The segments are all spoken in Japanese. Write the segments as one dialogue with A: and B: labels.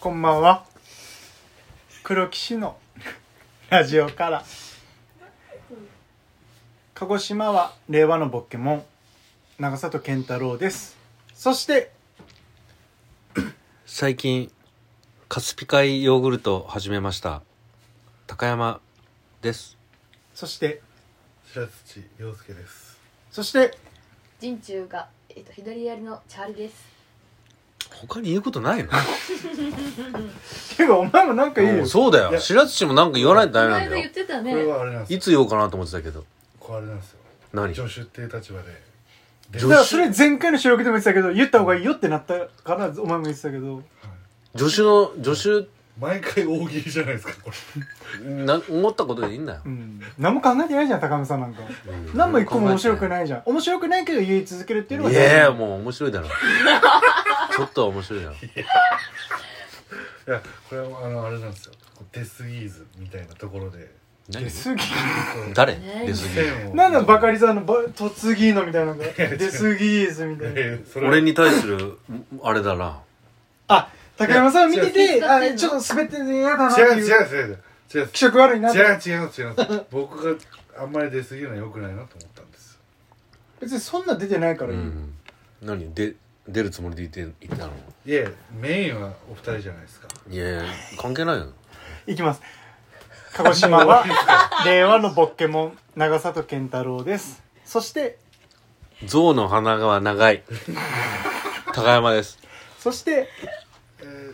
A: こんばんは黒騎士のラジオから鹿児島は令和のボッケモン長里健太郎ですそして
B: 最近カスピ海ヨーグルトを始めました高山です
A: そして
C: 白土陽介です
A: そして
D: 陣中が、えっと、左やりのチャーリです。
B: 他に言うことないの
A: けどお前もなんかいい
B: も
A: よ
B: うそうだよ白土もなんか言わないとダメなん
D: こ
B: だ
D: の間言
B: よ
D: ってた
C: こ
D: ね。
C: れはあれなんです
B: い
C: よ
B: つ言おうかなと思ってたけど
C: これあれなんですよ
B: 何
C: 助手っていう立場で
B: 助
C: で
A: だ
B: 手
A: からそれ前回の収録でも言ってたけど言った方がいいよってなったからお前も言ってたけど
B: 助手の助
C: 毎回大喜利じゃないですかこ れ
B: 手な思ったことでいいんだよ
A: うん何も考えてないじゃん高山さんなんか
B: うん
A: 何も一個も面白く
B: い
A: ないじゃん面白くないけど言い続けるっていうのが
B: いやいやもう面白いだろちょっとは面白いだろ
C: いやこれはあのあれなんですよこう出過ぎずみたいなところで
B: 何
A: すぎ
B: 誰
D: ね
B: 出過ぎ
C: 線を
A: なんだバカリさんのば「とつぎーの」みたいなのが「
C: 違う
A: 出すぎーず」みたいな
C: えーそれ
B: 俺に対するあれだな
A: あ高山さんを見て
D: い
A: て
D: や
A: あ
D: 違う
A: ちょっと滑ってて嫌だなって
C: 違う違
A: い
C: う違う
A: う
C: 違う違う
A: 気色悪いなっ
C: 違う
A: て
C: 違う違う違う僕があんまり出過ぎるのは良くないなと思ったんですよ
A: 別にそんな出てないか
B: う
A: らいい、
B: ん何で出るつもりでいて言ったの
C: いやメインはお二人じゃないですか
B: いやいや関係ないよ
A: いきます鹿児島は令和のボッケモン長里健太郎ですそして
B: 象の鼻が長い高山です
A: そして
C: え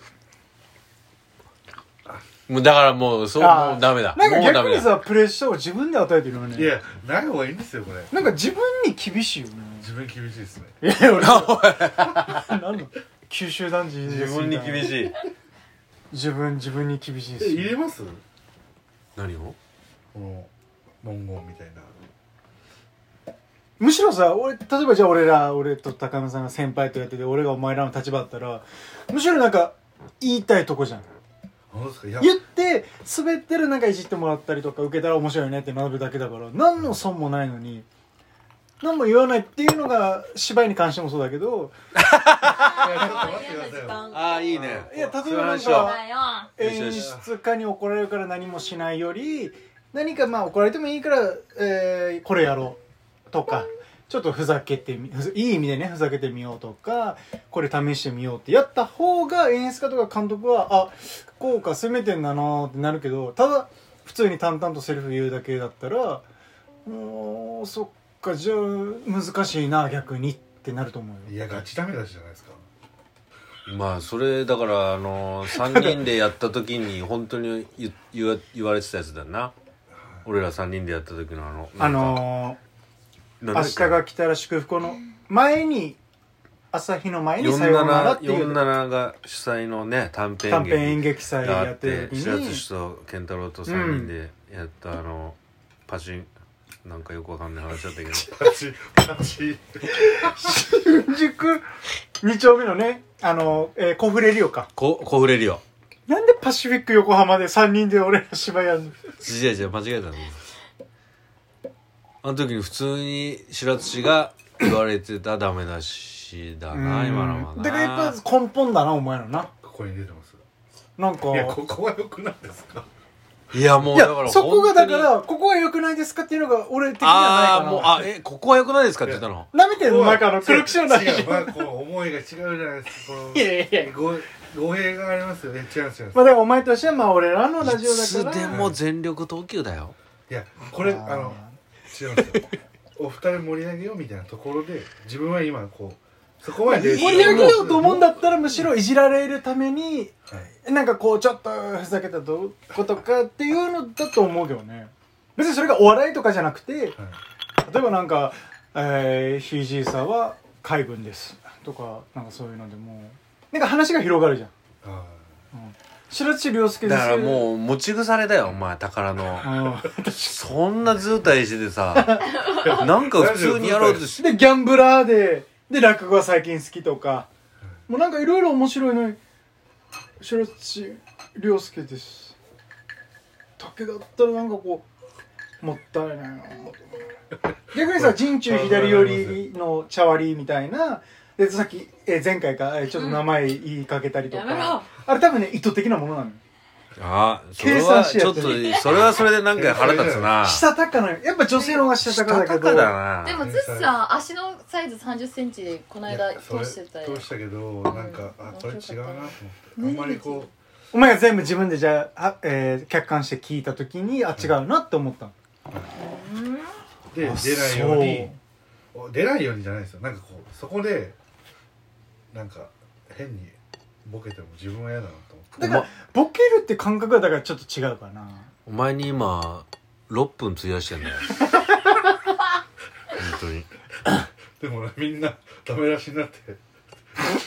B: もうだからもうそう
A: あー
B: もうダメだ
A: なんか
B: もうダ
A: 逆に
B: メだ
A: さプレッシャーを自分で与えてるよ
C: ーい
A: ね
C: やない方がいいんですよこれ
A: なんか自分に厳しいよね
C: 自分厳しいですね
A: いや俺はなんだ九州男児
B: 自分に厳
A: い
B: しい
A: 自分自分に厳しい
C: え
A: し
C: 入れます
B: 何を
C: この文言みたいな
A: むしろさ俺例えばじゃあ俺ら俺と高山さんが先輩とやってて俺がお前らの立場だったらむしろなんか言いたいとこじゃん
C: 本当ですかいや
A: 言って滑ってるなんかいじってもらったりとか受けたら面白いねって学ぶだけだから何の損もないのに何も言わないっていうのが芝居に関してもそうだけど
C: いやちょっと待ってくださいよ
B: ああいいね
A: いや例
B: そう
A: え
B: いう
A: ばなん
B: 話は
A: か
D: だよ。
A: 演出家に怒られるから何もしないより何かまあ怒られてもいいから、えーこれやろうとかちょっとふざけてみふざいい意味でねふざけてみようとかこれ試してみようってやった方が演出家とか監督はあこうか攻めてんだなーってなるけどただ普通に淡々とセリフ言うだけだったらうーんそっかじゃあ難しいな逆にってなると思う
C: い
A: よ。
C: やガチダメ出しじゃないですか
B: まあそれだからあの3人でやった時に本当に言言わ言われてたやつだよな俺ら3人でやった時のあの
A: あのー
B: 明
A: 明日が来たら祝福の前に朝日の前にさようならっていう
B: 47が主催のね短編
A: 短
B: 劇
A: 編演劇祭
B: があ
A: や
B: っ
A: ってる
B: て
A: 時
B: 白
A: に
B: 土と健太郎と3人でやった、あのパチンなんかよくわかんない話だったけど
C: パチパ
A: 新
C: チ
A: 宿2丁目のねあの、えー、コフレリオか
B: こコフレリオ
A: なんでパシフィック横浜で3人で俺ら芝居やるの
B: 違う違う間違えたのあの時に普通に白土が言われてたダメ出しだな今のは
A: うん
B: な
A: だからやっぱ根本だなお前らな
C: ここに出てます
A: なんか
C: いやここはよくないですか
B: いやもう
A: い
B: だから
A: やそこがだか
B: 本当に
A: らここは良くないですかっていうのが俺的にはな
B: ああ
A: い
B: もう
A: か
B: あえここは良くないですかって言ったの
A: な舐めてるの中の黒
C: 黒
A: 木のない
C: 違う、まあ、こう思いが違うじゃないですかこの
A: いやいやいや
C: ご語弊がありますよね違う違う違う
A: まあだからお前としてはまあ俺らのラ
B: い
A: ジオだから
B: つでも全力投球だよ
C: いやこれあの違うんですよお二人盛り上げようみたいなところで自分は今こうそこまで
A: 盛り上げようと思うんだ
C: は
A: ったらむしろいじられるために
C: い
A: なんかこうちょっとふざけたどことかっていうのだと思うけどね別にそれがお笑いとかじゃなくて
C: はい
A: 例えばなんか「えー、ひいじいさんは海軍です」とかなんかそういうのでもなんか話が広がるじゃん
C: あ
A: 白土亮介で
B: だ
A: す
B: からもう持ち腐れだよお前宝の
A: うん
B: そんな図体しててさなんか普通にやろうとし
A: でギャンブラーでで落語が最近好きとかもうなんかいろいろ面白いのに白土亮介ですだけだったらなんかこうもったい ないな逆にさ陣中左寄りの茶割りみたいなでさっき、えー前回か、えーちょっと名前言いかけたりと
D: や
A: か、
D: めろ
A: あれ多分ね意図的なものなのよ
B: ああそれ
A: 計算
B: は
A: し
B: ち
A: や
B: ょ
A: っ
B: ってと
A: る
B: それはそれでなんか腹立つな
A: したたかなやっぱ女性の方がしたたかだけ
B: した
A: ど
B: たかだな
D: でもツッさん足のサイズ3 0センチでこの
C: い
D: 間
C: やそれ
D: 通してたよ
C: 通したけどなんかあこれ違うなと思ってあんまりこ
A: お前が全部自分でじゃあ、あえー客観して聞いた時にあ違うなって思ったの
D: うん
C: うで
A: あ
C: 出ないように
A: そ
C: お出ないようにじゃないですよなんかこうそこでなんか変にボケても自分は嫌だなと思って
A: だからボケるって感覚はだからちょっと違うかな
B: お前に今6分費やしてんだよ 本当に
C: でもみんなダメ出しになって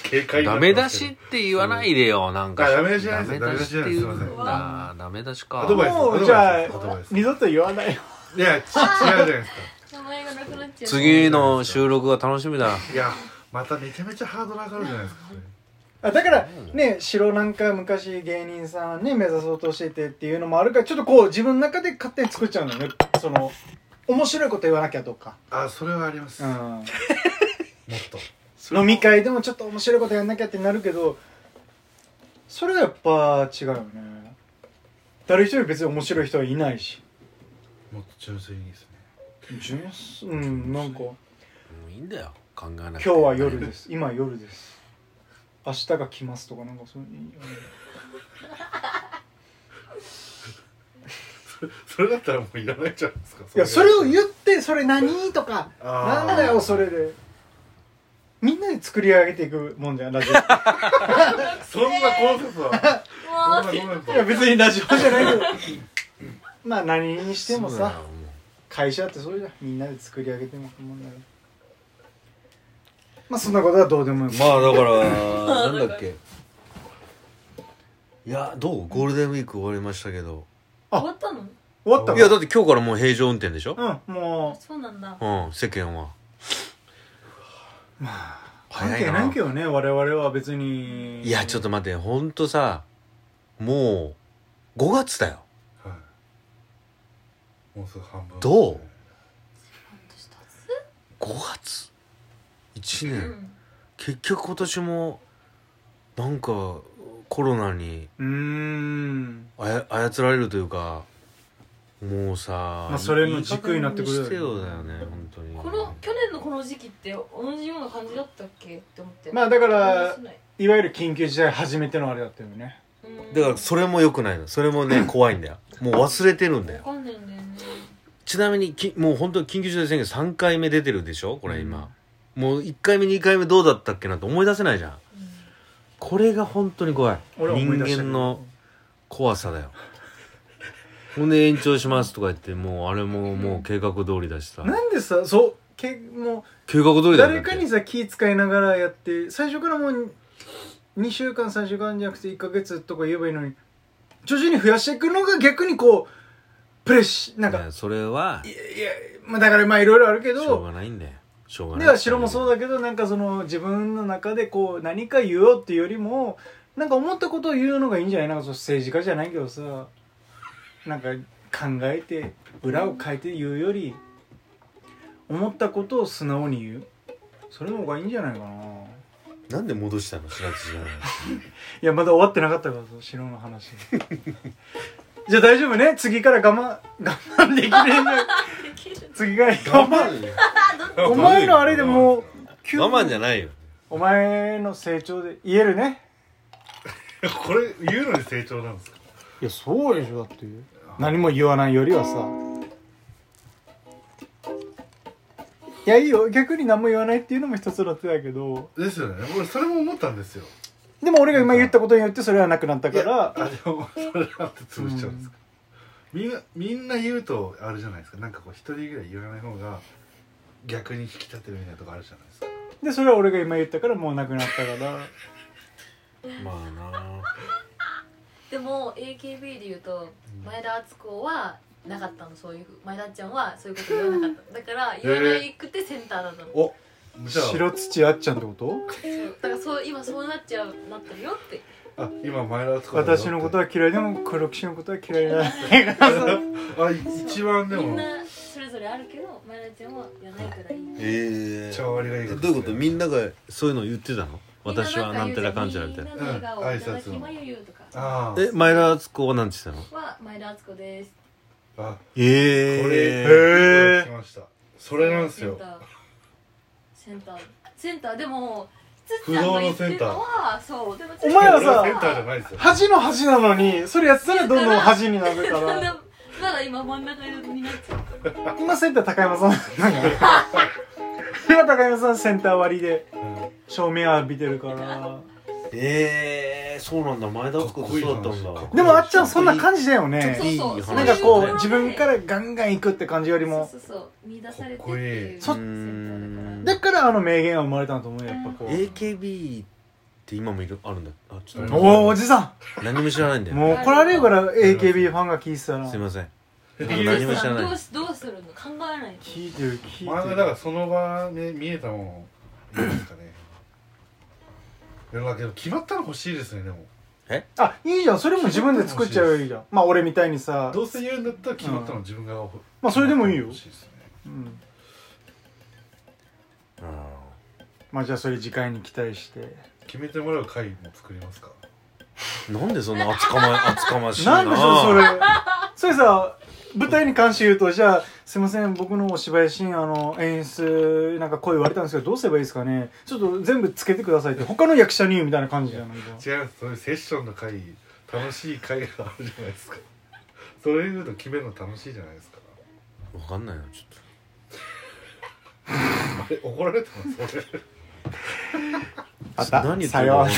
C: 警戒にな
B: ダ
C: っ
B: メ
C: て
B: 出
C: ますけ
B: し
C: ど
B: って言わないでよ、なんか
C: あダメ出しじゃないです
B: ダメ出しって言うん
C: ダメ出しじゃ
B: だダメ出しか
C: アドバイス
A: も
C: アドバイ
A: う
C: ス
A: じゃあ
C: アドバイス
A: 二度と言わないよ
C: いや違うじゃないですか
D: 名前がなくなっちゃう
B: 次の収録が楽しみだ
C: いやまためちゃめちゃハードル上がるじゃないですかそれ
A: あだからね城なんか昔芸人さんね目指そうとしててっていうのもあるからちょっとこう自分の中で勝手に作っちゃうのねその面白いこと言わなきゃとか、
C: あそれはあります、
A: う
C: もっ
A: ん、
C: と
A: 飲み会でもちょっと面白いことやんなきゃってなるけどそれはやっぱ違うよね誰一人別に面白い人はいないし
C: もっと純粋にですね
A: うんなんか
B: もういいんだよ考えな
A: 「今
B: くて
A: 日は夜です 今夜です明日が来ます」とかなんかそういう
C: それだったらもういらないじゃないですか
A: いやそれを
C: う
A: 言って「それ何?」とか「
C: あ
A: な
C: ー
A: んだよそれで」みんなで作り上げていくもんじゃん ラジオ
C: そんなコンセプトは
D: もう
C: そんなコンセプト
A: いや別にラジオじゃないけど まあ何にしても
B: そうだよ
A: さ会社ってそうじゃんみんなで作り上げてもくもんだからまあそんなことはどうでもいい、
B: ま あだからなんだっけいやどうゴールデンウィーク終わりましたけど
A: あ
D: 終わったの
A: 終わった
B: いやだって今日からもう平常運転でしょ
A: うんも
D: そうなんだ
B: うん世間は
A: う関
B: 早
A: 係
B: いな
A: ないけどね我々は別に
B: いやちょっ
A: っ
B: と待ってほんとさもう5月だよ
C: いもうすぐ半分
B: どう
D: 一つ
B: 5月1
D: う
B: 年、
D: ん
B: 結局今年もなんかコロナに
A: うーん
B: あや操られるというかもうさ、
A: まあそれの軸になってくるよね
B: いい加減にしてよだよね本当に
D: この去年のこの時期って同じような感じだったっけって思って
A: まあだか
D: あ
A: らいわゆる緊急事態初めてのあれだったよね
B: だからそれも良くないのそれ もね怖いんだよもう忘れてるんだ
D: わ
B: よ
D: かんないんだよね
B: ちなみにきもう本当に緊急事態宣言3回目出てるでしょこれ今、もう1回目2回目どうだったっけなって思い出せないじゃんこれが本当に怖い
A: 俺は思い
B: 人
A: 出したけど
B: 間の怖 さだよほんで延長しますとか言ってもうあれももう計画通りだしさ
A: なんでさそうけも
B: 計画通
A: う
B: りだよ
A: 誰か
B: だっ
A: に
B: て
A: さ気使いながらやって最初からもう2週間3週間じゃなくて1ヶ月とか言えばいいのに徐々に増やしていくのが逆にこうプレッシなんか、
B: ねそれはい
A: やいや、まあ、だからまあいろいろあるけ
B: しょう
A: ど
B: がないんだよしょうがな
A: で
B: い
A: は白もそうだけどなんかその自分の中でこう何か言おうっていうよりもなんか思ったことを言うのがいいんじゃないなんかその政治家じゃないけどさなんか考えて裏を変えて言うより思ったことを素直に言うそれの方がいいんじゃないかな
B: なんで戻したの白津じゃない
A: いやまだ終わってなかったからさ白の 話じゃあ大丈夫ね次から我慢我慢できねえじゃん
D: できる
A: 次から
C: 我
A: 我慢
C: 慢
A: お前のあれでもう急に
B: 我慢じゃないよ
A: お前の成長で言えるね
C: これ言うのに成長なんですか
A: いやそうでしょだって何も言わないよりはさいやいいよ逆に何も言わないっていうのも一つの手だけど
C: ですよね俺それも思ったんですよ
A: でも俺が今言ったことによってそれはなくなったか
C: いや
A: ら
C: あでもそれだって潰しちゃうんですか、みんなみんな言うとあれじゃないですかなんかこう一人ぐらい言わない方が逆に引き立てるみたいなとこあるじゃないですか
A: でそれは俺が今言ったからもうなくなったから
B: まあな
D: でも AKB で言うと前田敦子はなかったのそういうふう前田ちゃんはそういうこと言わなかっただから言わないくてセンターだったの、
C: おじゃ
A: 白土あっちゃんってこと
D: そうだからそう今そうなっちゃうなってるよって
C: ああ今前田敦子だよって
A: 私のことは嫌いでも黒ロのことは嫌いじゃない
C: あい一番で
D: みん
C: も
D: なそれぞれあるけど前田ちゃんは言わないからいい
B: えええ
C: 超割がいいことです
B: どうい
C: ね
B: うことみんながそういうの言ってたの私はなんてらかんちゃらみたいな
D: みんなの笑顔
C: うん
D: いただきまゆゆとか
C: ああ
B: え前田敦子はなんて言ってたの
D: は前田敦子です
C: あ
B: え
C: こ
B: え
C: れ
B: へ
C: こ
B: え
C: れ来ましたそれなんですよ
D: センターセンターセンターでもつっちゃんが言ってるのはそうでもつっちゃん
A: お前はさ
C: センターじゃないですよ
A: 端の端なのにそれやってたらどんどん端になるか
D: ま
A: ら
D: だ まだ今真ん中になっちゃう
A: 今センター高山さんなのよ 今高山さんセンター割りで
C: うん
A: 照明浴びてるから
B: ええそうなんだ前田敦子ってそうだったん
C: かっこいい話かっ
B: だ
C: こい い
A: でもあっちゃんそんな感じだよ
D: そう
A: ね
D: そうそう
A: なんかこ
B: いう
A: 自分かららガンガン行くって感じよりも
D: そうそうそう見出されてって
C: かっこい
D: い
C: いう
A: そ
D: センターだ
A: だからあの名言は生まれたんだと思うよやっぱこう
B: AKB って今もいるあるんだあちょっと
C: うん
A: おおおじさ
B: 何も知らないんだ
A: ん
B: よ
A: もう
B: ね
A: 怒られるから AKB ファンが聞いてたら
B: すいません
D: から
B: 何も知らない
D: どうしどうするの考えないと
A: 聞いてる聞
C: 前はい
A: て
C: だ
A: る
C: からその場で見えたものいいですかねでもだけど決まったの欲しいですねでも
A: あいいじゃんそれも自分で作っちゃえばいいじゃんまあ俺みたいにさ
C: どうせ言うんだったら決まったの自分が欲
A: まあそれでもいいよ
C: 欲しですね
A: うん
B: あ
A: まあじゃあそれ次回に期待して
C: 決めてもらう会も作りますか
B: ーなんでそんな厚かま厚かましい
A: な
B: な
A: んでしょうそれそれさ舞台に関して言うとじゃあすいません僕のお芝居シーンあの演出なんか声言われたんですけどどうすればいいですかねちょっと全部つけてくださいって他の役者に言うみたいな感じじゃない
C: 違いますそういうセッションの会楽しい会があるじゃないですかそういうの決めるの楽しいじゃないですか
B: わかんないなちょっ
C: あれ怒られてます俺
B: と
A: あった
B: 何言って
A: さ
B: るか
A: よう
B: わかん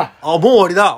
B: ないあもう終わりだ